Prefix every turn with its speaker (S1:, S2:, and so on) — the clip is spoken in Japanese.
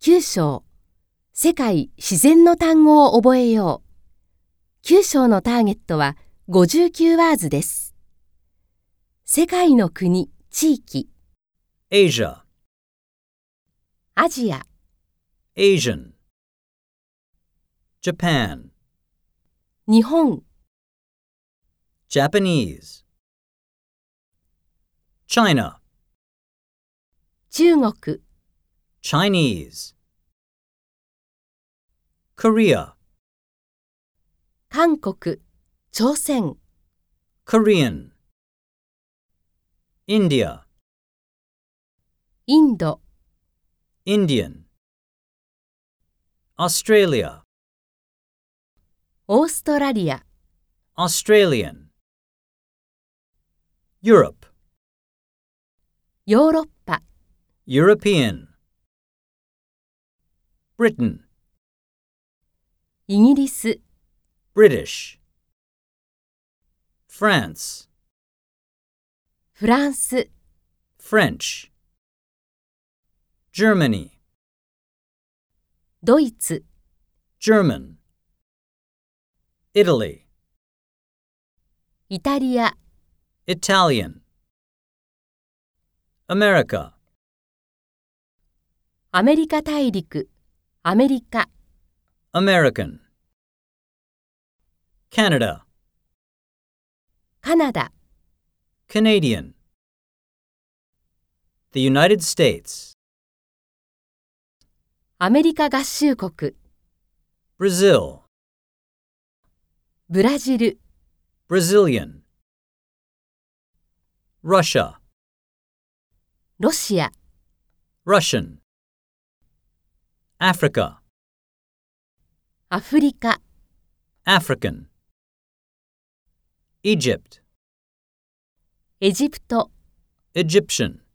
S1: 9章、世界自然の単語を覚えよう。9章のターゲットは59ワーズです。世界の国、地域、
S2: Asia,
S1: アジア、
S2: Asian. Japan,
S1: 日本、
S2: Japanese. China,
S1: 中国、
S2: Chinese. Korea,
S1: 韓国、朝鮮、
S2: Korean. India,
S1: インド、
S2: Indian. Australia,
S1: オーストラリア、
S2: Australian. Europe,
S1: ヨーロッパ、
S2: European. Britain,
S1: イギリス、
S2: British. France,
S1: フランス、
S2: French. Germany,
S1: ドイツ、
S2: German. Italy,
S1: イタリア、
S2: Italian. America,
S1: アメリカ大陸、アメリカ、
S2: American. Canada,
S1: カナダ、
S2: Canadian. The United States,
S1: アメリカ合衆国、
S2: Brazil,
S1: ブラジル、
S2: Brazilian. Russia,
S1: ロシア、
S2: Russian. Africa,
S1: アフリカ、
S2: African. Egypt,
S1: エジプト、
S2: Egyptian.